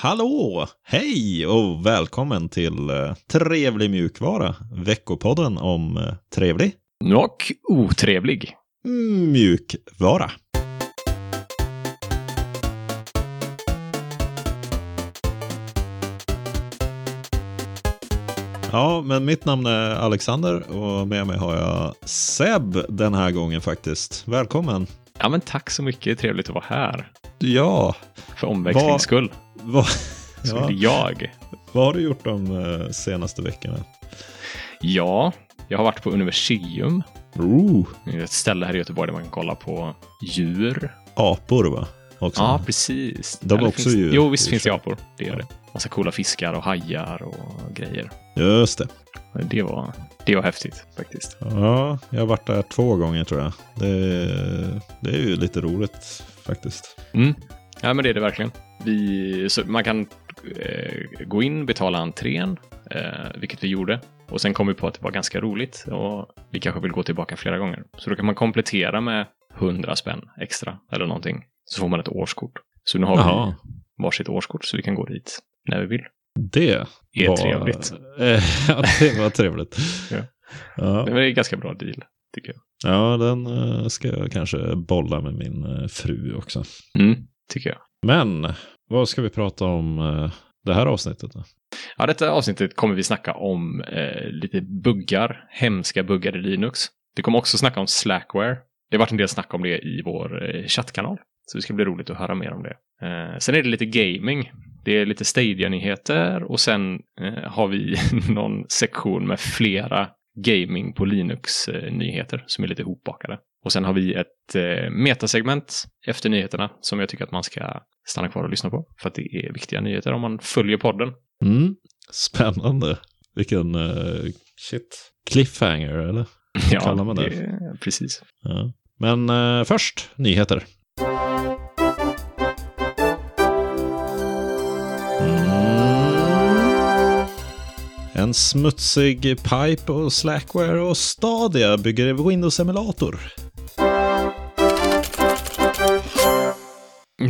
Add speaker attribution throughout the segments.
Speaker 1: Hallå! Hej och välkommen till eh, Trevlig mjukvara, veckopodden om eh, trevlig
Speaker 2: Och otrevlig.
Speaker 1: mjukvara. Ja, men mitt namn är Alexander och med mig har jag Seb den här gången faktiskt. Välkommen!
Speaker 2: Ja, men tack så mycket. Trevligt att vara här.
Speaker 1: Ja,
Speaker 2: För omväxlings
Speaker 1: Vad-
Speaker 2: skull.
Speaker 1: vad,
Speaker 2: Skulle
Speaker 1: ja,
Speaker 2: jag.
Speaker 1: vad har du gjort de eh, senaste veckorna?
Speaker 2: Ja, jag har varit på Universium.
Speaker 1: Ooh.
Speaker 2: Det är ett ställe här i Göteborg där man kan kolla på djur.
Speaker 1: apor va? Också.
Speaker 2: Ja, precis.
Speaker 1: De är också
Speaker 2: finns...
Speaker 1: djur,
Speaker 2: Jo, visst
Speaker 1: i och
Speaker 2: finns
Speaker 1: för
Speaker 2: det apor. Det gör det. Massa coola fiskar och hajar och grejer.
Speaker 1: Just det.
Speaker 2: Det var, det var häftigt faktiskt.
Speaker 1: Ja, jag har varit där två gånger tror jag. Det, det är ju lite roligt faktiskt.
Speaker 2: Mm. Ja, men det är det verkligen. Vi, så man kan eh, gå in, betala entrén, eh, vilket vi gjorde. Och sen kom vi på att det var ganska roligt och vi kanske vill gå tillbaka flera gånger. Så då kan man komplettera med 100 spänn extra eller någonting. Så får man ett årskort. Så nu har vi varsitt årskort så vi kan gå dit när vi vill.
Speaker 1: Det
Speaker 2: Det är
Speaker 1: var...
Speaker 2: trevligt.
Speaker 1: ja, det var trevligt.
Speaker 2: Ja.
Speaker 1: Ja.
Speaker 2: Men det är en ganska bra deal, tycker jag.
Speaker 1: ja, den eh, ska jag kanske bolla med min eh, fru också.
Speaker 2: Mm, tycker jag.
Speaker 1: Men vad ska vi prata om eh, det här avsnittet då?
Speaker 2: Ja, detta avsnittet kommer vi snacka om eh, lite buggar, hemska buggar i Linux. Det kommer också snacka om Slackware. Det har varit en del snack om det i vår eh, chattkanal, så det ska bli roligt att höra mer om det. Eh, sen är det lite gaming. Det är lite Stadia-nyheter och sen eh, har vi någon sektion med flera gaming på Linux-nyheter som är lite ihopbakade. Och sen har vi ett eh, metasegment efter nyheterna som jag tycker att man ska stanna kvar och lyssna på för att det är viktiga nyheter om man följer podden.
Speaker 1: Mm. Spännande. Vilken eh, shit. cliffhanger eller?
Speaker 2: Ja,
Speaker 1: kallar man det?
Speaker 2: Precis.
Speaker 1: Ja. Men eh, först nyheter. Mm. En smutsig pipe och slackware och Stadia bygger Windows-emulator.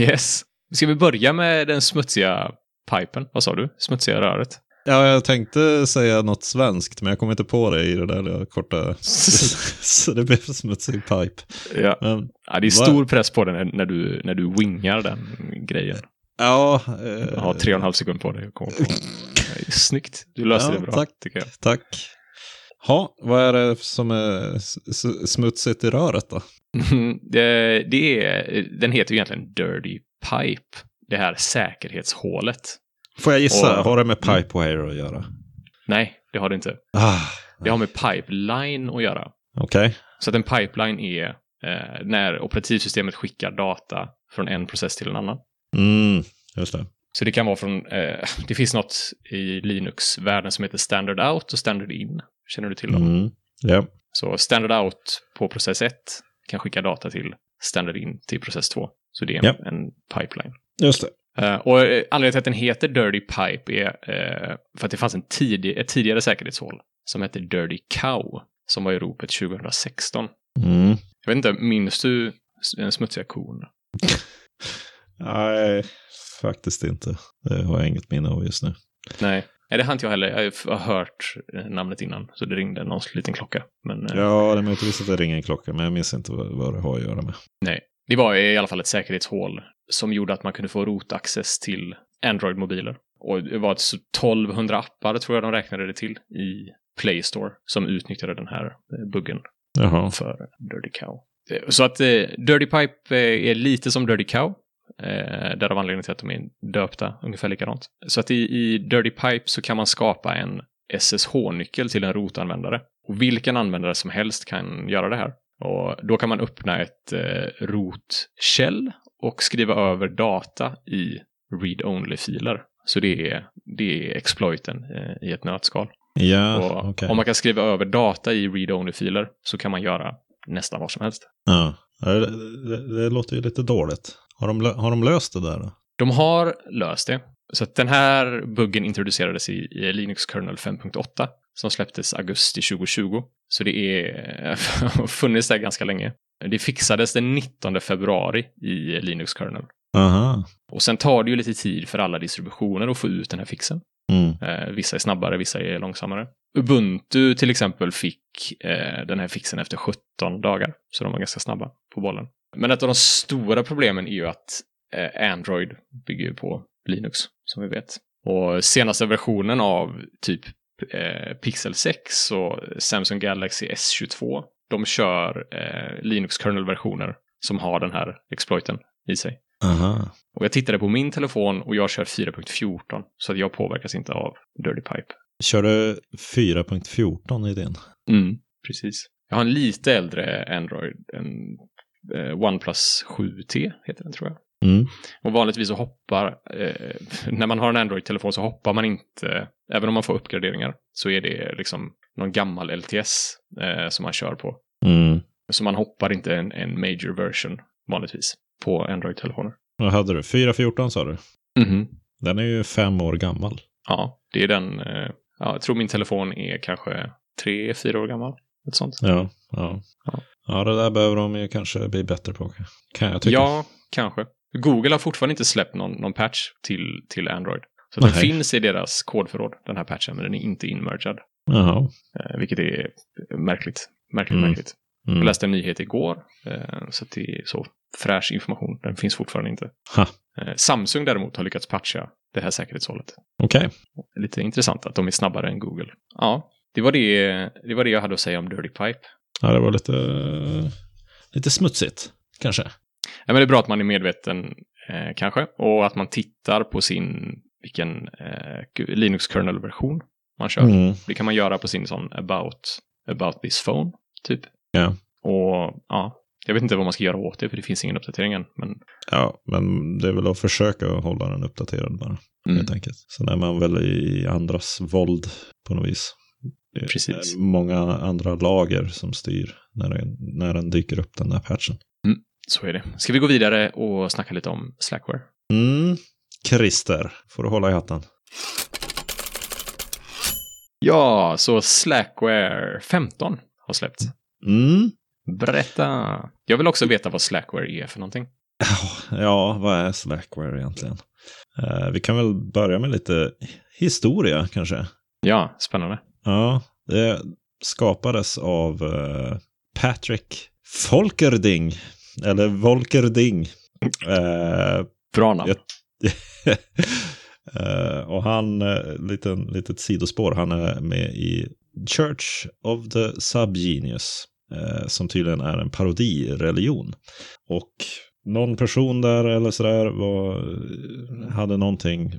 Speaker 2: Yes. Ska vi börja med den smutsiga pipen? Vad sa du? Smutsiga röret?
Speaker 1: Ja, jag tänkte säga något svenskt, men jag kom inte på det i det där lilla korta... Så det blev smutsig pipe.
Speaker 2: ja.
Speaker 1: Men,
Speaker 2: ja, det är stor press på den när- när du, när du wingar den grejen.
Speaker 1: ja,
Speaker 2: Du
Speaker 1: eh,
Speaker 2: har tre och en halv sekund på dig att komma på. Ja, Snyggt. Du löste
Speaker 1: Ja,
Speaker 2: det bra,
Speaker 1: tack.
Speaker 2: tycker jag.
Speaker 1: tack. Ha, vad är det som är s- s- smutsigt i röret då?
Speaker 2: Mm, det, det är, den heter ju egentligen Dirty Pipe. Det här säkerhetshålet.
Speaker 1: Får jag gissa,
Speaker 2: Och-
Speaker 1: har det med Pipewire att göra?
Speaker 2: Nej, det har det inte.
Speaker 1: Ah,
Speaker 2: Det har med pipeline att göra.
Speaker 1: Okej.
Speaker 2: Så att en pipeline är eh, när operativsystemet skickar data från en process till en annan.
Speaker 1: Mm, just det.
Speaker 2: Så det kan vara från, eh, det finns något i Linux-världen som heter standard out och standard in. Känner du till dem?
Speaker 1: Mm. Ja.
Speaker 2: Så standard out på process 1 kan skicka data till standard in till process 2. Så det är en,
Speaker 1: Ja.
Speaker 2: en pipeline.
Speaker 1: Just det.
Speaker 2: Eh, och eh, anledningen till att den heter Dirty Pipe är eh, för att det fanns en tidig, ett tidigare säkerhetshål som hette Dirty Cow som var i ropet 2016.
Speaker 1: Mm.
Speaker 2: Jag vet inte, minns du s- den smutsiga kon?
Speaker 1: Nej, faktiskt inte. Det har jag inget minne av just nu.
Speaker 2: Nej. Nej, det hann inte jag heller. Jag har f- har hört eh, namnet innan, så det ringde någon liten klocka. Men eh,
Speaker 1: Ja, det är möjligtvis att det ringer en klocka, men jag minns inte vad, vad det har att göra med.
Speaker 2: det var i alla fall ett säkerhetshål som gjorde att man kunde få rotaccess till Android-mobiler. Och det var alltså 1200 appar, tror jag de räknade det till, i Play Store som utnyttjade den här eh, buggen
Speaker 1: Jaha.
Speaker 2: för Dirty Cow. Eh, Så att eh, Dirty Pipe eh, är lite som Dirty Cow. Eh, därav anledningen till att de är döpta ungefär likadant. Så att i, i Dirty Pipe så kan man skapa en SSH-nyckel till en rotanvändare. Och vilken användare som helst kan göra det här. Och då kan man öppna ett eh, root shell och skriva över data i read-only-filer. Så det är, det är exploiten eh, i ett nötskal.
Speaker 1: Ja,
Speaker 2: Och
Speaker 1: Ah, okej.
Speaker 2: Om man kan skriva över data i read-only-filer så kan man göra nästan vad som helst.
Speaker 1: Ja. Ja, Det, det, det låter ju lite dåligt. Har de, lö- har de löst det där då?
Speaker 2: De har löst det. Så att den här buggen introducerades i, i Linux Kernel 5.8 som släpptes augusti 2020. Så det är har funnits där ganska länge. Det fixades den 19 februari i Linux Kernel.
Speaker 1: Aha.
Speaker 2: Och sen tar det ju lite tid för alla distributioner att få ut den här fixen.
Speaker 1: Mm.
Speaker 2: Eh, vissa är snabbare, vissa är långsammare. Ubuntu till exempel fick eh, den här fixen efter 17 dagar, så de var ganska snabba på bollen. Men ett av de stora problemen är ju att eh, Android bygger ju på Linux, som vi vet. Och senaste versionen av typ eh, Pixel 6 och Samsung Galaxy S22, de kör eh, Linux kernel-versioner som har den här exploiten i sig.
Speaker 1: Aha.
Speaker 2: Och jag tittade på min telefon och jag kör 4.14 så att jag påverkas inte av Dirty Pipe.
Speaker 1: Kör du 4.14 i din?
Speaker 2: Precis. Jag har en lite äldre Android, en eh, OnePlus 7T heter den tror jag.
Speaker 1: Mm.
Speaker 2: Och vanligtvis så hoppar, eh, när man har en Android-telefon så hoppar man inte, även om man får uppgraderingar, så är det liksom någon gammal LTS eh, som man kör på.
Speaker 1: Mm.
Speaker 2: Så man hoppar inte en, en major version vanligtvis på Android-telefoner.
Speaker 1: Vad hade du? 4.14 sa du? Den är ju fem år gammal.
Speaker 2: Ja, det är den. eh, Ja, jag tror min telefon är kanske tre, fyra år gammal. Ett sånt.
Speaker 1: Ja. Ja,
Speaker 2: Ja.
Speaker 1: ja det där behöver de ju kanske bli bättre på. Kan jag tycka.
Speaker 2: Ja, kanske. Google har fortfarande inte släppt någon, någon patch till, till Android. Så att den
Speaker 1: Nej.
Speaker 2: finns i deras kodförråd, den här patchen, men den är inte inmergad.
Speaker 1: Jaha.
Speaker 2: eh, Vilket är märkligt. Märkligt,
Speaker 1: Mm.
Speaker 2: märkligt.
Speaker 1: Mm.
Speaker 2: Jag läste en nyhet igår, eh, så att det är så fräsch information. Den finns fortfarande inte.
Speaker 1: Ha.
Speaker 2: Eh, Samsung däremot har lyckats patcha det här säkerhetshålet.
Speaker 1: Okej.
Speaker 2: Lite intressant att de är snabbare än Google. Ja, det var det, det, var det jag hade att säga om Dirty Pipe.
Speaker 1: Ja, det var lite, lite smutsigt kanske.
Speaker 2: Ja, men det är bra att man är medveten eh, kanske och att man tittar på sin vilken eh, Linux kernel-version man kör.
Speaker 1: Mm.
Speaker 2: Det kan man göra på sin sån about, about this phone typ.
Speaker 1: Ja.
Speaker 2: Och ja, jag vet inte vad man ska göra åt det för det finns ingen uppdatering än. Men
Speaker 1: Ja, men det är väl att försöka hålla den uppdaterad bara.
Speaker 2: Mm.
Speaker 1: Helt enkelt. Sen är man väl i andras våld på något vis. Det är
Speaker 2: Precis.
Speaker 1: många andra lager som styr när den, när den dyker upp den där patchen.
Speaker 2: så är det. Ska vi gå vidare och snacka lite om Slackware?
Speaker 1: Mm. Christer, får du hålla i hatten.
Speaker 2: Ja, så Slackware 15 har släppts.
Speaker 1: Mm.
Speaker 2: Berätta! Jag vill också veta vad Slackware är för någonting.
Speaker 1: Ja, vad är Slackware egentligen? Eh, vi kan väl börja med lite historia kanske.
Speaker 2: Ja, spännande.
Speaker 1: Ja, det skapades av eh, Patrick Volkerding. Eller Volkerding. Eh,
Speaker 2: Bra namn.
Speaker 1: Jag- Eh, och han, eh, liten, litet sidospår, han är med i Church of the Subgenius. Eh, som tydligen är en parodireligion. Och någon person där eller sådär var, eh, hade någonting,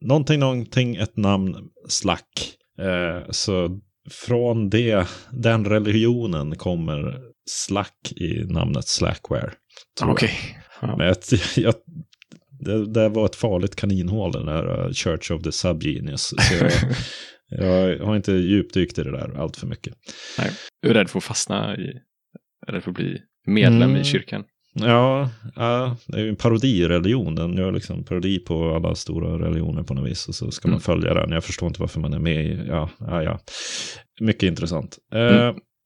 Speaker 1: någonting, någonting, ett namn, slack. Eh, så från det, den religionen kommer slack i namnet slackware. tror jag.
Speaker 2: Okej. Ja.
Speaker 1: Men jag, jag, det, det var ett farligt kaninhål, den här eh, Church of the Subgenius. Så jag, jag har inte djupdykt i det där allt för mycket.
Speaker 2: Jag är rädd för att fastna i, jag är rädd för att bli medlem
Speaker 1: Mm.
Speaker 2: i kyrkan.
Speaker 1: Ja, ja, det är ju en parodireligion. Den gör liksom parodi på alla stora religioner på något vis. Och så ska man
Speaker 2: Mm.
Speaker 1: följa den. Jag förstår inte varför man är med i... Ja, ja, ja. Mycket intressant. Eh,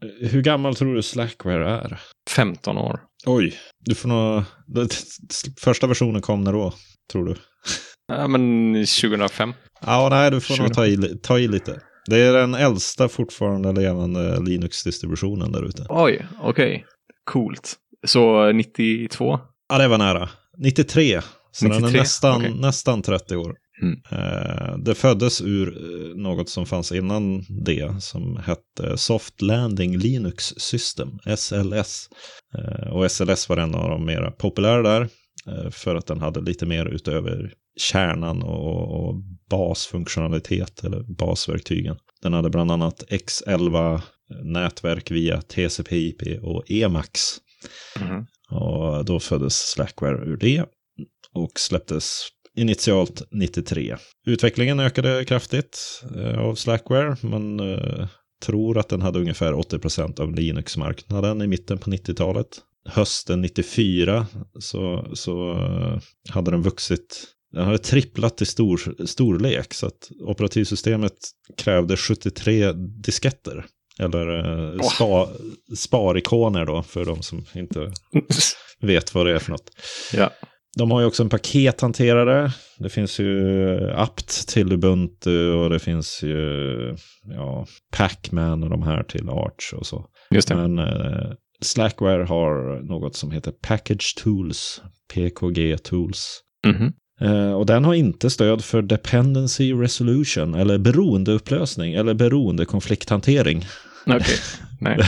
Speaker 2: Mm.
Speaker 1: hur gammal tror du Slackware är?
Speaker 2: 15 år.
Speaker 1: Oj, du får nog... Första versionen kom när då, tror du?
Speaker 2: Ja, men 2005.
Speaker 1: Ja, nej, du får
Speaker 2: Tjugo.
Speaker 1: nog ta i, ta i lite. Det är den äldsta fortfarande levande Linux-distributionen där ute.
Speaker 2: Oj, okej. Coolt. Så 92?
Speaker 1: Ja, det var nära. 93. Så den
Speaker 2: 93,
Speaker 1: är nästan,
Speaker 2: okej.
Speaker 1: nästan 30 år.
Speaker 2: Mm.
Speaker 1: Eh, det föddes ur eh, något som fanns innan det som hette Soft Landing Linux System, SLS. Eh, och SLS var en av de mera populära där eh, för att den hade lite mer utöver kärnan och, och basfunktionalitet eller basverktygen. Den hade bland annat X11 nätverk via TCP/IP och E Emacs.
Speaker 2: Mhm.
Speaker 1: Och då föddes Slackware ur det och släpptes initialt 93. Utvecklingen ökade kraftigt eh, av Slackware. Man eh, tror att den hade ungefär 80% av Linux-marknaden i mitten på 90-talet. Hösten 94 så, så eh, hade den vuxit. Den hade tripplat i stor, storlek så att operativsystemet krävde 73 disketter. Eller eh,
Speaker 2: Åh.
Speaker 1: spa, sparikoner då för de som inte vet vad det är för något.
Speaker 2: Ja.
Speaker 1: De har ju också en pakethanterare. Det finns ju apt till Ubuntu och det finns ju ja, Pacman och de här till Arch och så.
Speaker 2: Just det.
Speaker 1: Men eh, Slackware har något som heter Package Tools, PKG Tools.
Speaker 2: Mhm.
Speaker 1: Eh, Och den har inte stöd för dependency resolution eller beroendeupplösning eller beroendekonflikthantering.
Speaker 2: Okej. Nej.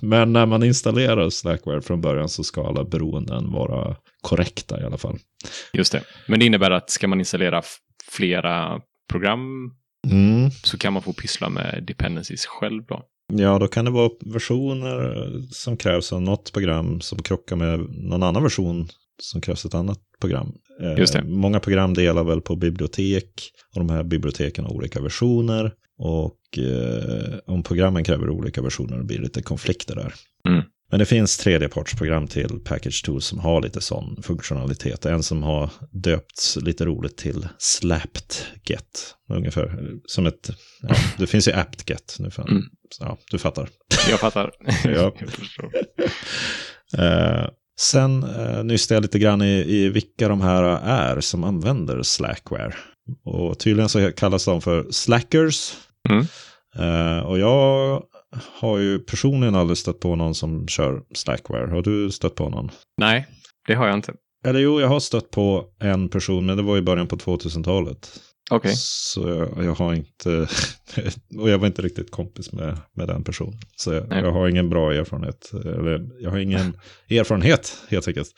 Speaker 1: Men när man installerar Slackware från början så ska alla beroenden vara korrekta i alla fall.
Speaker 2: Just det. Men det innebär att ska man installera f- flera program
Speaker 1: Mm.
Speaker 2: så kan man få pyssla med dependencies själv då.
Speaker 1: Ja, då kan det vara versioner som krävs av något program som krockar med någon annan version som krävs ett annat program. Eh,
Speaker 2: Just det.
Speaker 1: Många program delar väl på bibliotek och de här biblioteken har olika versioner. Och eh, om programmen kräver olika versioner blir det lite konflikter där.
Speaker 2: Mm.
Speaker 1: Men det finns tredjepartsprogram till Package Tools som har lite sån funktionalitet. En som har döpts lite roligt till Slapped Get. Ungefär eh, som ett, ja, det finns ju Apt Get nu. För,
Speaker 2: Mm.
Speaker 1: ja, du fattar.
Speaker 2: Jag fattar.
Speaker 1: Ja.
Speaker 2: Jag förstår.
Speaker 1: Eh, sen eh, nystade jag lite grann i, i vilka de här är som använder Slackware. Och tydligen så kallas de för slackers.
Speaker 2: Mm.
Speaker 1: Eh, och jag har ju personligen aldrig stött på någon som kör Slackware. Har du stött på någon?
Speaker 2: Nej, det har jag inte.
Speaker 1: Eller jo, jag har stött på en person, men det var i början på 2000-talet.
Speaker 2: Okej.
Speaker 1: Så jag, jag har inte, och jag var inte riktigt kompis med, med den personen. Så jag,
Speaker 2: Nej.
Speaker 1: jag har ingen bra erfarenhet, eller jag har ingen erfarenhet helt enkelt.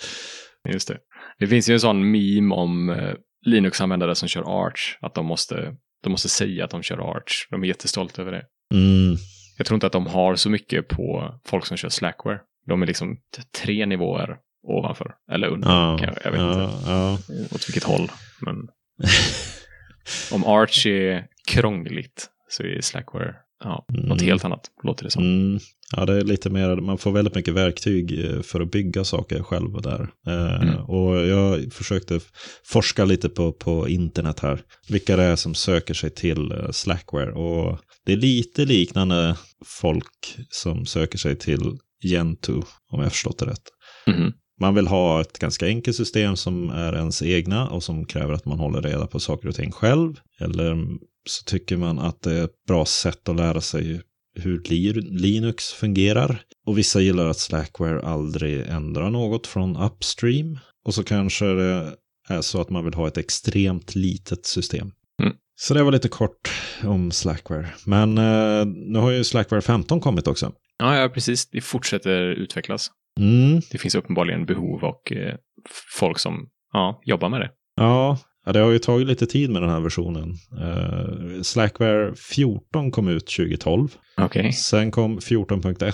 Speaker 2: Just det. Det finns ju en sån meme om eh, Linux-användare som kör Arch, att de måste, de måste säga att de kör Arch. De är jättestolta över det.
Speaker 1: Mm.
Speaker 2: Jag tror inte att de har så mycket på folk som kör Slackware. De är liksom t- tre nivåer ovanför, eller under.
Speaker 1: Ja,
Speaker 2: Kanske, jag vet
Speaker 1: ja, ja.
Speaker 2: inte åt vilket håll. Men om Arch är krångligt så är Slackware ja, något
Speaker 1: Mm.
Speaker 2: helt annat, låter det som.
Speaker 1: Mm. Ja, det är lite mer, man får väldigt mycket verktyg eh, för att bygga saker själv där. Eh,
Speaker 2: Mm.
Speaker 1: Och jag försökte f- forska lite på, på internet här, vilka det är som söker sig till eh, Slackware. Och det är lite liknande folk som söker sig till Gentoo, om jag har förstått det rätt.
Speaker 2: Mhm.
Speaker 1: Man vill ha ett ganska enkelt system som är ens egna och som kräver att man håller reda på saker och ting själv. Eller så tycker man att det är ett bra sätt att lära sig hur Li- Linux fungerar. Och vissa gillar att Slackware aldrig ändrar något från upstream. Och så kanske det är så att man vill ha ett extremt litet system.
Speaker 2: Mm.
Speaker 1: Så det var lite kort om Slackware. Men eh, nu har ju Slackware 15 kommit också.
Speaker 2: Ja, ja, precis. Det fortsätter utvecklas.
Speaker 1: Mm.
Speaker 2: Det finns uppenbarligen behov och eh, f- folk som ja, jobbar med det.
Speaker 1: Ja, ja, det har ju tagit lite tid med den här versionen. Eh, Slackware 14 kom ut 2012.
Speaker 2: Okej.
Speaker 1: Sen kom 14.1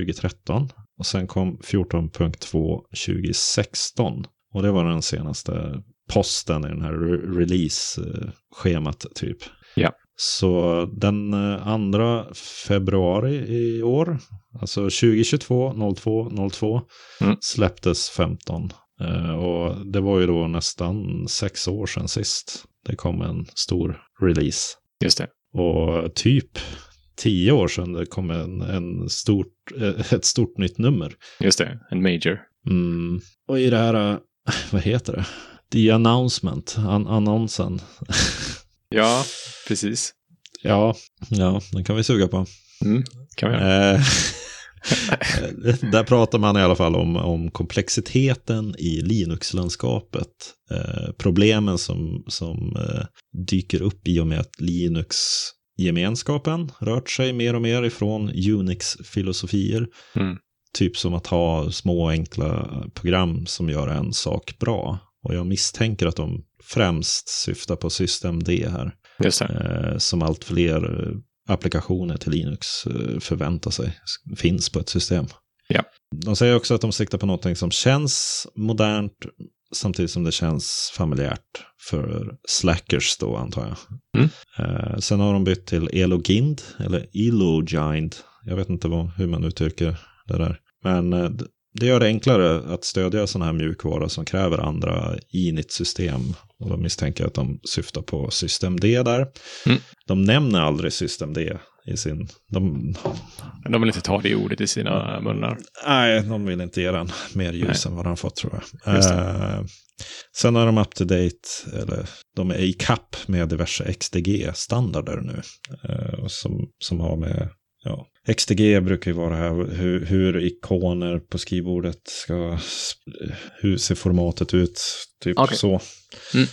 Speaker 1: 2013. Och sen kom 14.2 2016. Och det var den senaste posten i den här re- release-schemat typ.
Speaker 2: Ja.
Speaker 1: Så den eh, 2 februari i år, alltså 2022 02 02,
Speaker 2: Mm.
Speaker 1: släpptes 15. Eh, Och det var ju då nästan sex år sedan sist det kom en stor release.
Speaker 2: Just det.
Speaker 1: Och typ tio år sedan det kom en, en stort, eh, ett stort nytt nummer.
Speaker 2: Just det. En major.
Speaker 1: Mm. Och i det här, eh, vad heter det? The announcement, an annonsen.
Speaker 2: Ja, precis.
Speaker 1: ja, ja, den kan vi suga på.
Speaker 2: Kan vi göra.
Speaker 1: Eh, Där pratar man i alla fall om, om komplexiteten i Linux-landskapet. Eh, problemen som, som eh, dyker upp i och med att Linux-gemenskapen rört sig mer och mer ifrån Unix-filosofier.
Speaker 2: Mm.
Speaker 1: Typ som att ha små enkla program som gör en sak bra. Och jag misstänker att de främst syftar på system D här
Speaker 2: Just det.
Speaker 1: eh, som allt fler eh, applikationer till Linux eh, förväntar sig s- finns på ett system.
Speaker 2: Ja.
Speaker 1: De säger också att de siktar på någonting som känns modernt samtidigt som det känns familjärt för slackers då antar jag.
Speaker 2: Mm.
Speaker 1: Eh, sen har de bytt till Elogind eller Elogind. Jag vet inte vad, hur man uttrycker det där. Men eh, d- det gör det enklare att stödja sådana här mjukvara som kräver andra init-system. Och då misstänker jag att de syftar på systemd där.
Speaker 2: Mm.
Speaker 1: De nämner aldrig systemd i sin... De,
Speaker 2: De vill inte ta det ordet i sina munnar.
Speaker 1: nej, de vill inte ge den mer ljus än vad den fått tror jag.
Speaker 2: Just det.
Speaker 1: Eh, sen är de up to date, eller de är i kapp med diverse XDG-standarder nu. eh, och som, som har med, ja, XDG brukar ju vara här, hur, hur ikoner på skrivbordet ska, hur ser formatet ut, typ
Speaker 2: Okej.
Speaker 1: så.
Speaker 2: Mm.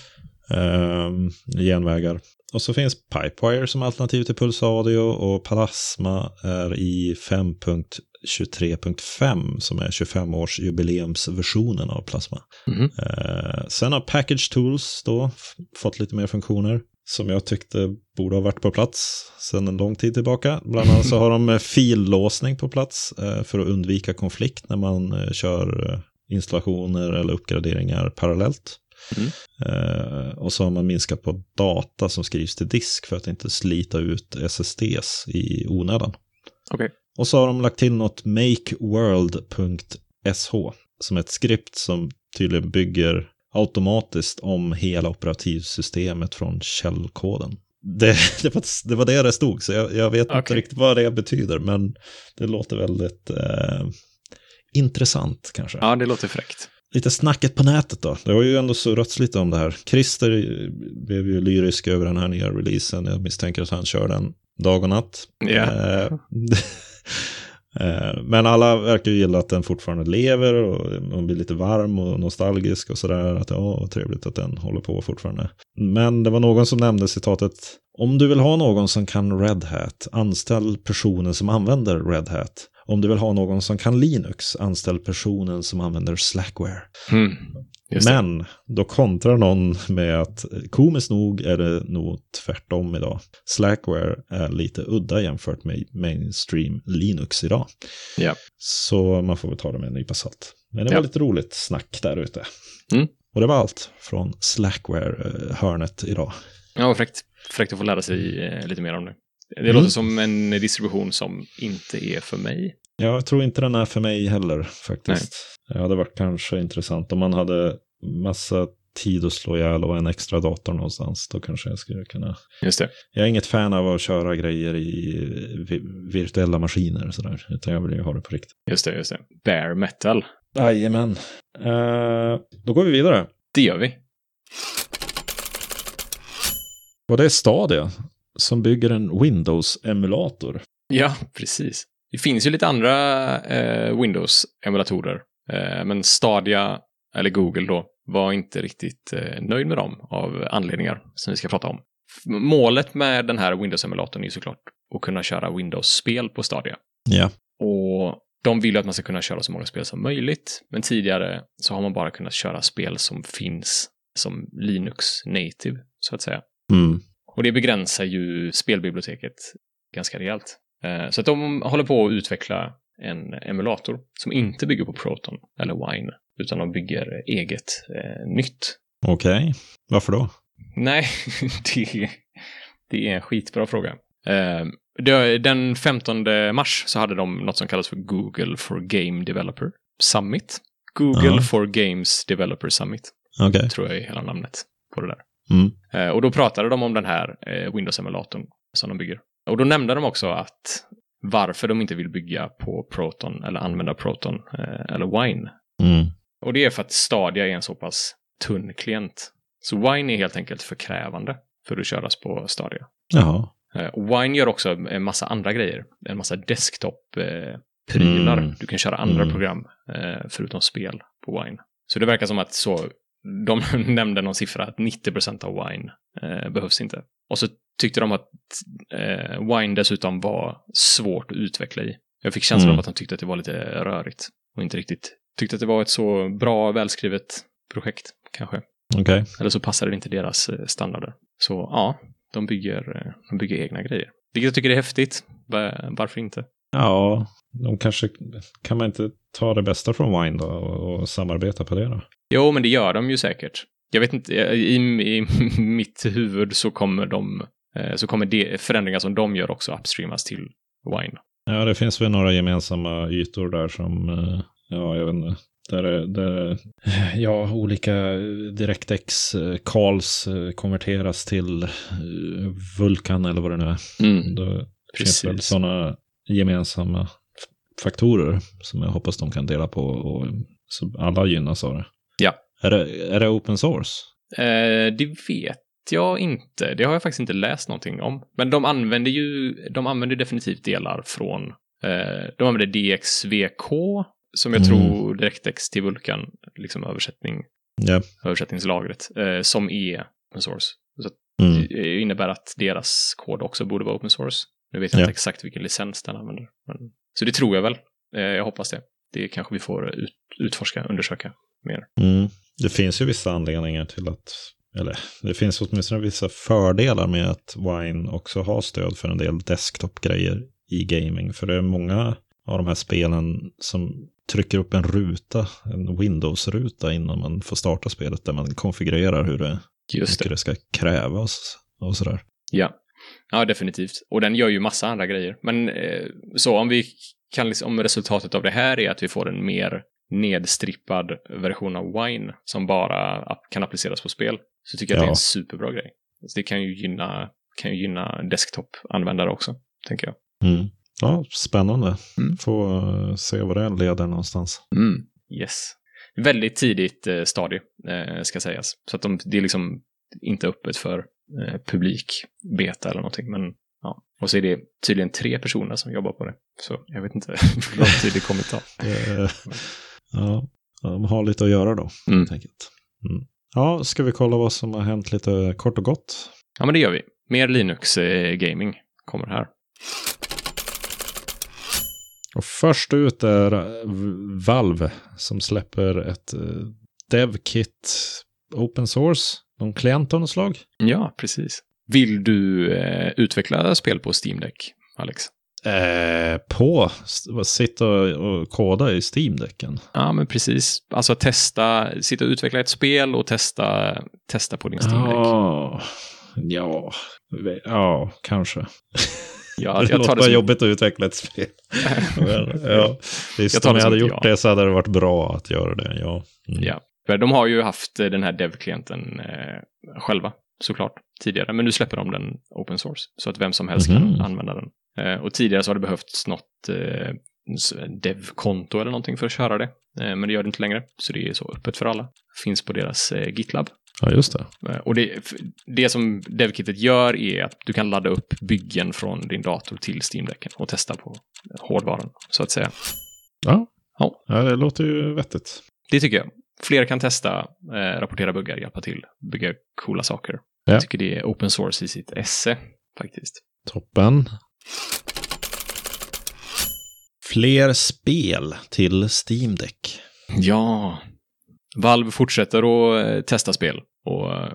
Speaker 1: Ehm, genvägar. Och så finns Pipewire som alternativ till Pulsadio och Palasma är i 5.23.5 som är 25-årsjubileumsversionen av Plasma.
Speaker 2: Mhm.
Speaker 1: Eh, sen har Package Tools då f- fått lite mer funktioner som jag tyckte borde ha varit på plats sedan en lång tid tillbaka. Bland annat så har de eh, fillåsning på plats eh, för att undvika konflikt när man eh, kör eh, installationer eller uppgraderingar parallellt.
Speaker 2: Mm.
Speaker 1: Eh, och så har man minskat på data som skrivs till disk för att inte slita ut SSDs i onödan.
Speaker 2: Okej.
Speaker 1: Och så har de lagt till något makeworld.sh som är ett skript som tydligen bygger automatiskt om hela operativsystemet från källkoden. Det, det, var, det var det det stod, så jag, jag vet inte
Speaker 2: Okej.
Speaker 1: riktigt vad det betyder, men det låter väldigt eh, intressant kanske
Speaker 2: Ja, det låter fräckt.
Speaker 1: lite snacket på nätet då. Det har ju ändå surrats lite om det här. Christer eh, blev ju lyrisk över den här nya releasen. Jag misstänker att han kör den dag och natt.
Speaker 2: Ja.
Speaker 1: Eh, eh, Men alla verkar ju gilla att den fortfarande lever och man blir lite varm och nostalgisk och sådär. Att ja, vad trevligt att den håller på fortfarande. Men det var någon som nämnde citatet om du vill ha någon som kan Red Hat, anställ personen som använder Red Hat. Om du vill ha någon som kan Linux, anställ personen som använder Slackware.
Speaker 2: Mm. Just det.
Speaker 1: Men då kontrar någon med att eh, komiskt nog är det nog tvärtom idag. Slackware är lite udda jämfört med mainstream Linux idag.
Speaker 2: Ja.
Speaker 1: Så man får väl ta det med en nypa salt. Men det
Speaker 2: Ja.
Speaker 1: var lite roligt snack där ute.
Speaker 2: Mm.
Speaker 1: Och det var allt från Slackware-hörnet idag.
Speaker 2: Ja, vad fräckt. Fräckt att få lära sig eh, lite mer om det. Det
Speaker 1: Mm.
Speaker 2: låter som en distribution som inte är för mig.
Speaker 1: Jag tror inte den är för mig heller faktiskt. Det hade varit kanske intressant om man hade massa tid att slå ihjäl och en extra dator någonstans. Då kanske jag skulle kunna
Speaker 2: Just det.
Speaker 1: Jag är inget fan av att köra grejer i vi- virtuella maskiner och sådär, utan jag vill ju ha det på riktigt.
Speaker 2: Just det, just det. Bare metal.
Speaker 1: Jajamän. Eh, då går vi vidare.
Speaker 2: Det gör vi.
Speaker 1: Och det är Stadia som bygger en Windows-emulator.
Speaker 2: Ja, precis. Det finns ju lite andra eh, Windows-emulatorer. Eh, men Stadia, eller Google då, var inte riktigt eh, nöjd med dem av anledningar som vi ska prata om. F- Målet med den här Windows-emulatorn är ju såklart att kunna köra Windows-spel på Stadia.
Speaker 1: Ja.
Speaker 2: Och de vill ju att man ska kunna köra så många spel som möjligt. Men tidigare så har man bara kunnat köra spel som finns som Linux native, så att säga.
Speaker 1: Mm.
Speaker 2: Och det begränsar ju spelbiblioteket ganska rejält. Eh, Så att de håller på att utveckla en emulator som inte bygger på Proton eller Wine, utan de bygger eget eh, nytt.
Speaker 1: Okej. Varför då?
Speaker 2: Nej, det, det är en skitbra fråga. Eh, det- Den 15 mars så hade de något som kallas för Google for Game Developer Summit. Google
Speaker 1: Ja.
Speaker 2: for Games Developer Summit
Speaker 1: Okej.
Speaker 2: tror jag är hela namnet på det där.
Speaker 1: Mm.
Speaker 2: Eh, Och då pratade de om den här eh, Windows-emulatorn som de bygger. Och då nämnde de också att varför de inte vill bygga på Proton eller använda Proton eh, eller Wine.
Speaker 1: Mm.
Speaker 2: Och det är för att Stadia är en så pass tunn klient. Så Wine är helt enkelt för krävande för att köras på Stadia.
Speaker 1: Jaha.
Speaker 2: Eh, och Wine gör också en massa andra grejer. En massa desktop-prylar.
Speaker 1: Mm.
Speaker 2: Du kan köra andra
Speaker 1: Mm.
Speaker 2: program eh, förutom spel på Wine. Så det verkar som att så, de nämnde någon siffra att 90% av Wine eh, behövs inte. Och så tyckte de att eh, Wine dessutom var svårt att utveckla i. Jag fick känslan
Speaker 1: Mm.
Speaker 2: av att de tyckte att det var lite rörigt och inte riktigt tyckte att det var ett så bra, välskrivet projekt kanske.
Speaker 1: Okej.
Speaker 2: Eller så passade det inte deras eh, standarder. Så ja, de bygger, eh, de bygger egna grejer. Vilket jag tycker är häftigt. Va- Varför inte?
Speaker 1: Ja, de kanske... Kan man inte ta det bästa från Wine då och, och samarbeta på det då?
Speaker 2: Jo, men det gör de ju säkert. Jag vet inte, eh, i, i mitt huvud så kommer de eh, så kommer de förändringar som de gör också upstreamas till Wine.
Speaker 1: Ja, det finns väl några gemensamma ytor där som, eh, ja, jag vet inte. Där, är- där är- ja, olika eh, DirectX eh, calls eh, konverteras till eh, Vulkan eller vad det nu är. Då finns väl sådana gemensamma faktorer som jag hoppas de kan dela på och så alla gynnas av det.
Speaker 2: Ja.
Speaker 1: Är det, är det open source?
Speaker 2: Eh, det vet jag inte. Det har jag faktiskt inte läst någonting om. Men de använder ju, de använder definitivt delar från, eh, de använder DXVK, som jag
Speaker 1: Mm.
Speaker 2: tror DirectX till Vulkan, liksom översättning,
Speaker 1: Ja.
Speaker 2: översättningslagret, eh, som är open source. Så att
Speaker 1: Mm.
Speaker 2: det innebär att deras kod också borde vara open source. Nu vet jag
Speaker 1: Ja.
Speaker 2: inte exakt vilken licens den använder. Men, så det tror jag väl. Eh, jag hoppas det. Det kanske vi får ut, utforska, undersöka.
Speaker 1: Mm. Det finns ju vissa anledningar till att, eller det finns åtminstone vissa fördelar med att Wine också har stöd för en del desktop-grejer i gaming. För det är många av de här spelen som trycker upp en ruta, en Windows-ruta innan man får starta spelet där man konfigurerar hur det,
Speaker 2: Just
Speaker 1: mycket det ska krävas och sådär.
Speaker 2: Ja. ja, definitivt. Och den gör ju massa andra grejer. Men eh, så om vi kan, liksom, om resultatet av det här är att vi får en mer nedstrippad version av Wine som bara app- kan appliceras på spel, så tycker jag att det är
Speaker 1: Ja.
Speaker 2: en superbra grej. Så det kan ju gynna, kan ju gynna desktop-användare också, tänker jag.
Speaker 1: Mm. Ja, spännande.
Speaker 2: Mm.
Speaker 1: Få eh, se vad det leder någonstans.
Speaker 2: Yes. Väldigt tidigt eh, stadie, eh, ska sägas. Så att de, det är liksom inte öppet för eh, publik beta eller någonting. Men, ja. Och så är det tydligen tre personer som jobbar på det. Så jag vet inte hur lång tid det kommer ta.
Speaker 1: Eh, ja, de har lite att göra då,
Speaker 2: Mm.
Speaker 1: helt enkelt. Mm. Ja, ska vi kolla vad som har hänt lite kort och gott?
Speaker 2: Ja, men det gör vi. Mer Linux-gaming kommer här.
Speaker 1: Och först ut är V- Valve som släpper ett eh, DevKit Open Source, någon klient av något slag.
Speaker 2: Ja, precis. Vill du eh, utveckla spel på Steam Deck, Alex?
Speaker 1: Eh, på, S- sitta och och koda i Steam-däcken.
Speaker 2: Ja, men precis. Alltså testa, sitta och utveckla ett spel och testa, testa på din Steam Deck.
Speaker 1: Ja, Ah, ja, ja, kanske.
Speaker 2: Ja,
Speaker 1: det låter bara jobbigt att utveckla ett spel. Men, ja, visst,
Speaker 2: Jag tar
Speaker 1: om jag
Speaker 2: det som
Speaker 1: hade
Speaker 2: ett
Speaker 1: gjort
Speaker 2: ja.
Speaker 1: det så hade det varit bra att göra det. Ja. Mm.
Speaker 2: Ja. För de har ju haft eh, den här dev-klienten eh, själva, såklart, tidigare. Men nu släpper de den open source, så att vem som helst
Speaker 1: Mhm.
Speaker 2: kan använda den. Eh, och tidigare så har det behövts något eh, s- dev-konto eller någonting för att köra det. Eh, men det gör det inte längre, så det är så öppet för alla. Finns på deras eh, GitLab.
Speaker 1: ja, just det.
Speaker 2: Eh, och det, f- det som dev-kittet gör är att du kan ladda upp byggen från din dator till Steam-däcken och testa på hårdvaran, så att säga.
Speaker 1: Ja, det låter ju vettigt.
Speaker 2: Det tycker jag. Fler kan testa, eh, rapportera buggar, hjälpa till, bygga coola saker.
Speaker 1: Ja.
Speaker 2: Jag tycker det är open source i sitt esse, faktiskt.
Speaker 1: Toppen. Fler spel till Steam Deck.
Speaker 2: Ja. Valve fortsätter att eh, testa spel och eh,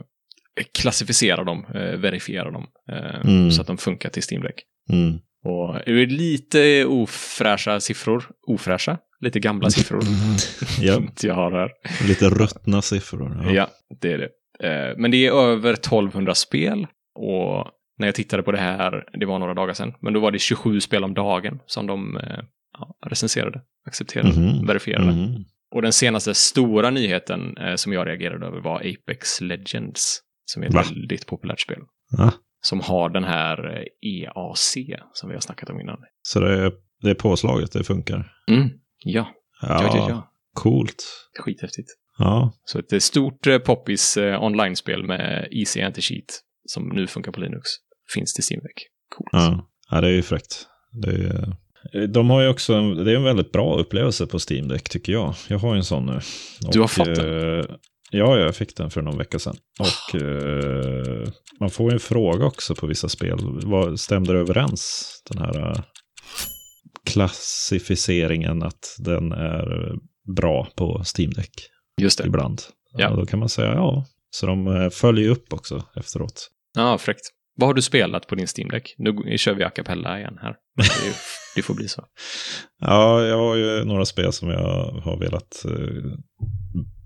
Speaker 2: klassificera dem, eh, verifiera dem, eh,
Speaker 1: Mm.
Speaker 2: så att de funkar till Steam Deck.
Speaker 1: Mm.
Speaker 2: Och det är lite ofräscha siffror, ofräscha, lite gamla siffror
Speaker 1: ja,
Speaker 2: jag har här.
Speaker 1: lite ruttna siffror.
Speaker 2: Ja, det är det. Eh, Men det är över 1200 spel och när jag tittade på det här, det var några dagar sedan, men då var det 27 spel om dagen som de eh, ja, recenserade, accepterade,
Speaker 1: Mhm.
Speaker 2: verifierade.
Speaker 1: Mhm.
Speaker 2: Och den senaste stora nyheten eh, som jag reagerade över var Apex Legends, som är ett
Speaker 1: Va?
Speaker 2: väldigt populärt spel.
Speaker 1: Ja.
Speaker 2: Som har den här eh, EAC som vi har snackat om innan.
Speaker 1: Så det är, det är påslaget, det funkar.
Speaker 2: Mm, ja, ja, ja, ja,
Speaker 1: Coolt.
Speaker 2: skithäftigt.
Speaker 1: Ja,
Speaker 2: Så ett eh, stort eh, poppis eh, online-spel med IC Anti-Cheat som nu funkar på Linux finns till Steam Deck. Coolt.
Speaker 1: Ja, ja det är ju fräckt. Det är, de har ju också, en, det är en väldigt bra upplevelse på Steam Deck tycker jag. Jag har ju en sån nu.
Speaker 2: Du har fått
Speaker 1: den? Ja, jag fick den för någon vecka sedan.
Speaker 2: Ah.
Speaker 1: Och eh, man får ju en fråga också på vissa spel. Vad stämde det överens, den här eh, klassificeringen att den är bra på Steam Deck
Speaker 2: Just det.
Speaker 1: ibland?
Speaker 2: Ja.
Speaker 1: Ja. Då kan man säga ja. Så de eh, följer ju upp också efteråt.
Speaker 2: Ja, fräckt. Vad har du spelat på din Steam Deck? Nu g- kör vi a cappella igen här. Men Det, är ju, det får bli så.
Speaker 1: Ja, jag har ju några spel som jag har velat eh,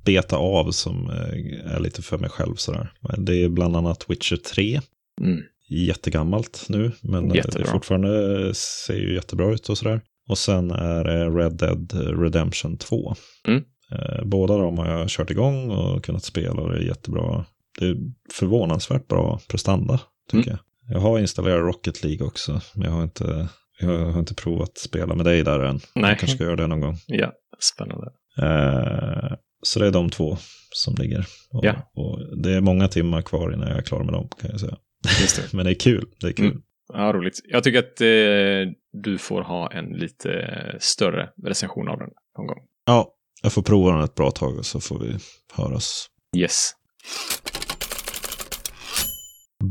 Speaker 1: beta av som eh, är lite för mig själv sådär. Men Det är bland annat Witcher 3.
Speaker 2: Mm.
Speaker 1: Jättegammalt nu, men eh, det
Speaker 2: Jättebra.
Speaker 1: fortfarande eh, ser ju jättebra ut och sådär. Och sen är det Red Dead Redemption 2.
Speaker 2: Mm.
Speaker 1: Eh, Båda de har jag kört igång
Speaker 2: Mm.
Speaker 1: och kunnat spela och det är jättebra. Det är förvånansvärt bra prestanda tycker Jag har installerat Rocket League också, men jag har inte, jag har inte provat att spela med dig där än.
Speaker 2: Nej.
Speaker 1: Jag kanske ska göra det någon gång.
Speaker 2: Ja, spännande.
Speaker 1: Eh, så det är de två som ligger. Och,
Speaker 2: Ja.
Speaker 1: och det är många timmar kvar innan jag är klar med dem, kan jag säga.
Speaker 2: Just det.
Speaker 1: Men det är kul. Det är kul.
Speaker 2: Mm. Ja, roligt. Jag tycker att eh, du får ha en lite större recension av den någon gång.
Speaker 1: Ja, jag får prova den ett bra tag och så får vi höras.
Speaker 2: Yes.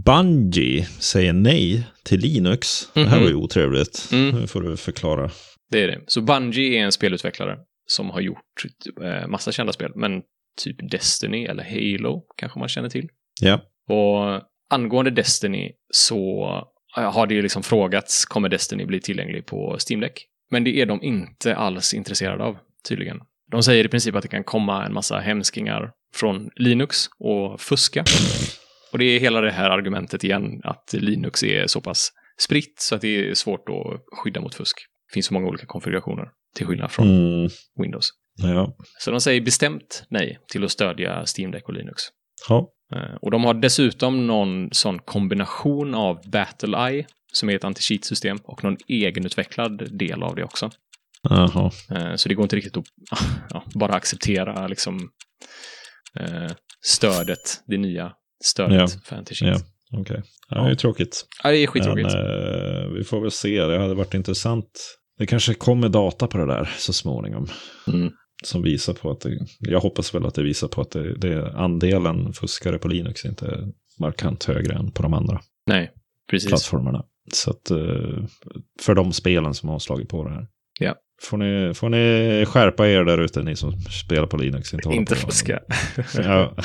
Speaker 1: Bungie säger nej till Linux. Det här
Speaker 2: Mhm.
Speaker 1: var ju otrevligt.
Speaker 2: Mm.
Speaker 1: Nu får du förklara.
Speaker 2: Det är det. Så Bungie är en spelutvecklare som har gjort typ, eh, massa kända spel, men typ Destiny eller Halo kanske man känner till.
Speaker 1: Ja,
Speaker 2: Och angående Destiny så eh, har det ju liksom frågats, kommer Destiny bli tillgänglig på Steam Deck? Men det är de inte alls intresserade av, tydligen. De säger i princip att det kan komma en massa hemskingar från Linux och fuska. Och det är hela det här argumentet igen, att Linux är så pass spritt så att det är svårt att skydda mot fusk. Det finns så många olika konfigurationer, till skillnad från
Speaker 1: mm,
Speaker 2: Windows.
Speaker 1: ja.
Speaker 2: Så de säger bestämt nej till att stödja Steam Deck och Linux.
Speaker 1: ja.
Speaker 2: Eh, Och de har dessutom någon sån kombination av BattleEye, som är ett anti-cheat-system, och någon egenutvecklad del av det också.
Speaker 1: Jaha.
Speaker 2: Eh, Så det går inte riktigt att ja, bara acceptera liksom, eh, stödet, det nya stödet
Speaker 1: Ja.
Speaker 2: för anti-cheat.
Speaker 1: Okej. Ja, det är ju tråkigt.
Speaker 2: Ja. det är skittråkigt.
Speaker 1: Men, eh, vi får väl se. Det hade varit intressant. Det kanske kommer data på det där så småningom.
Speaker 2: Mm.
Speaker 1: Som visar på att det, jag hoppas väl att det visar på att det, det, andelen fuskare på Linux inte är markant högre än på de andra
Speaker 2: Nej, precis.
Speaker 1: plattformarna. Så att, eh, för de spelen som har slagit på det här.
Speaker 2: Ja.
Speaker 1: Får ni, får ni skärpa er där ute, ni som spelar på Linux. Inte, hålla
Speaker 2: Inte
Speaker 1: på.
Speaker 2: fuska.
Speaker 1: Ja,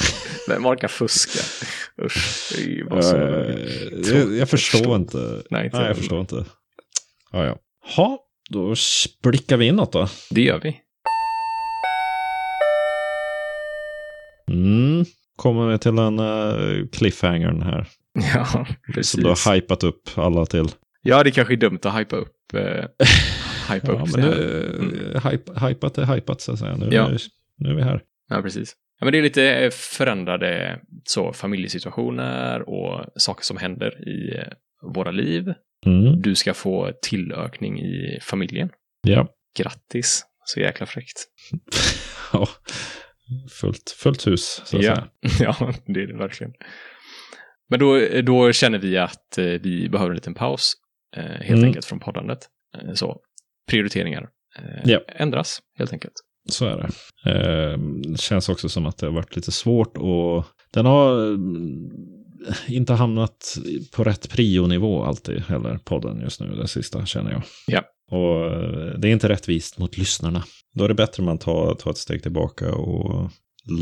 Speaker 2: Vem orkar fuska? Usch, det är ju bara så.
Speaker 1: eh, jag, jag förstår
Speaker 2: Förstå.
Speaker 1: inte.
Speaker 2: Nej, inte
Speaker 1: Nej, jag förstår inte. Ja, ja. Ha, då blickar vi inåt då.
Speaker 2: Det gör vi.
Speaker 1: Mm. Kommer vi till den uh, cliffhangern här.
Speaker 2: Ja,
Speaker 1: Som du
Speaker 2: precis.
Speaker 1: har hypat upp alla till.
Speaker 2: Ja, det kanske är dumt att hypa upp, eh, hypa upp
Speaker 1: Ja,
Speaker 2: så
Speaker 1: men nu, eh,
Speaker 2: här.
Speaker 1: hype, hypat är hypat så att säga. Nu,
Speaker 2: Ja.
Speaker 1: nu, nu är vi här.
Speaker 2: Ja, precis. Ja, men det är lite eh, förändrade så, familjesituationer och saker som händer i eh, våra liv.
Speaker 1: Mm.
Speaker 2: Du ska få tillökning i familjen.
Speaker 1: Ja.
Speaker 2: Grattis! Så jäkla fräckt.
Speaker 1: ja. Fullt, fullt hus så att
Speaker 2: Ja.
Speaker 1: säga.
Speaker 2: ja, det är det verkligen. Men då, då känner vi att eh, vi behöver en liten paus, eh, helt
Speaker 1: Mm.
Speaker 2: enkelt, från poddandet. Eh, så, prioriteringar eh,
Speaker 1: Ja.
Speaker 2: ändras, helt enkelt.
Speaker 1: Så är det. Eh, det känns också som att det har varit lite svårt och den har mm, inte hamnat på rätt prionivå alltid heller, podden just nu, den sista känner jag.
Speaker 2: Ja.
Speaker 1: Och eh, det är inte rättvist mot lyssnarna. Då är det bättre om man tar, tar ett steg tillbaka och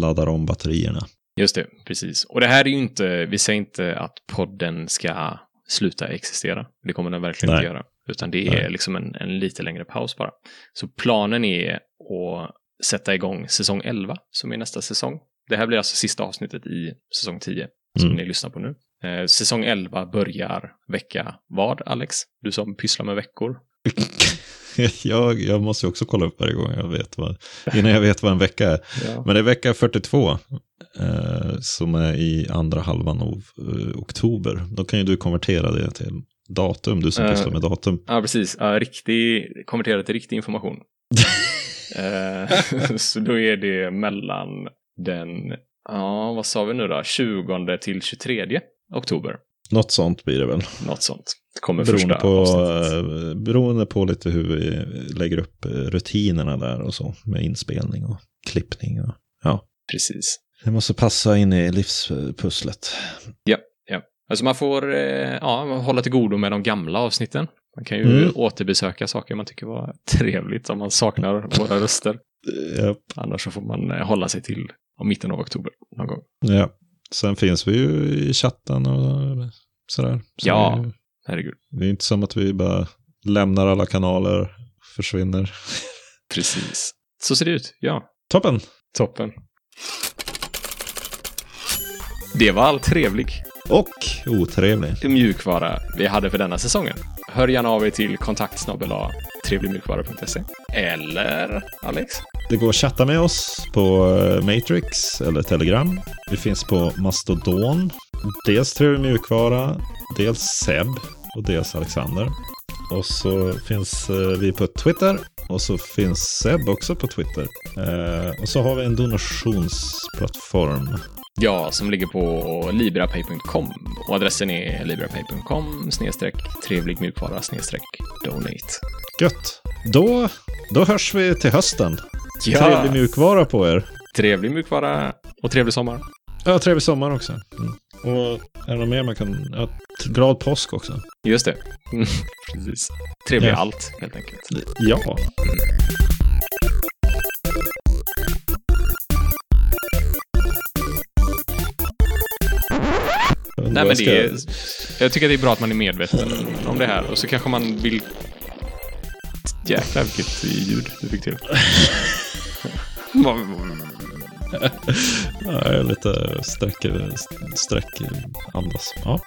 Speaker 1: laddar om batterierna.
Speaker 2: Just det, precis. Och det här är ju inte, vi säger inte att podden ska sluta existera. Det kommer den verkligen
Speaker 1: Nej.
Speaker 2: inte göra. Utan det är
Speaker 1: Nej.
Speaker 2: liksom en, en lite längre paus bara. Så planen är att sätta igång säsong 11, som är nästa säsong. Det här blir alltså sista avsnittet i säsong 10, som
Speaker 1: Mm.
Speaker 2: ni lyssnar på nu. Eh, säsong 11 börjar vecka vad, Alex? Du som pysslar med veckor.
Speaker 1: jag, jag måste ju också kolla upp varje gång jag vet vad, innan jag vet vad en vecka är. Men det är vecka 42 eh, som är i andra halvan av eh, oktober. Då kan ju du konvertera det till datum, du som
Speaker 2: Eh.
Speaker 1: pysslar med datum.
Speaker 2: Ja, precis. Ja, riktig, konvertera till riktig information. Eh, så då är det mellan den, ja, vad sa vi nu då, 20 till 23 oktober.
Speaker 1: Något sånt blir det väl.
Speaker 2: Något sånt. Det kommer
Speaker 1: Beroende
Speaker 2: första
Speaker 1: på,
Speaker 2: avsnittet.
Speaker 1: eh, beroende på lite hur vi lägger upp eh, rutinerna där och så. Med inspelning och klippning. Och,
Speaker 2: Precis.
Speaker 1: det måste passa in i livspusslet.
Speaker 2: Alltså man får eh, ja, man hålla till godo med de gamla avsnitten. Man kan ju
Speaker 1: Mm.
Speaker 2: återbesöka saker man tycker var trevligt om man saknar våra röster.
Speaker 1: Japp.
Speaker 2: Annars så får man eh, hålla sig till om mitten av oktober någon gång.
Speaker 1: Ja, sen finns vi ju i chatten och sådär. Så
Speaker 2: Ja.
Speaker 1: det är ju-
Speaker 2: Herregud.
Speaker 1: Det är inte som att vi bara lämnar alla kanaler, försvinner.
Speaker 2: Precis. Så ser det ut, ja.
Speaker 1: Toppen!
Speaker 2: Toppen. Det var allt trevlig
Speaker 1: Och otrevlig.
Speaker 2: mjukvara vi hade för denna säsongen. Hör gärna av er till kontaktsnabbel trevligmjukvara.se. Eller Alex?
Speaker 1: Det går att chatta med oss på eh, Matrix eller Telegram. Vi finns på Mastodon. Dels Trevlig Mjukvara, dels Seb och dels Alexander. Och så finns eh, vi på Twitter och så finns Seb också på Twitter. Eh, och så har vi en donationsplattform.
Speaker 2: Ja, som ligger på librapay.com och adressen är librapay.com snedstreck trevlig mjukvara snedstreck donate.
Speaker 1: Gött! Då, då hörs vi till hösten. Trevlig mjukvara på er.
Speaker 2: trevlig mjukvara och trevlig sommar.
Speaker 1: Ja, trevlig sommar också. Mm. Och är det något mer man kan... Ja, t- glad påsk också.
Speaker 2: Just det. Mm, Precis. Trevlig
Speaker 1: Ja.
Speaker 2: allt, helt enkelt.
Speaker 1: Ja.
Speaker 2: Nej, men det är, jag tycker det är bra att man är medveten om det här och så kanske man vill... Jäklar vilket ljud du fick till.
Speaker 1: Ja, jag är lite sträck, sträck andas. Ja.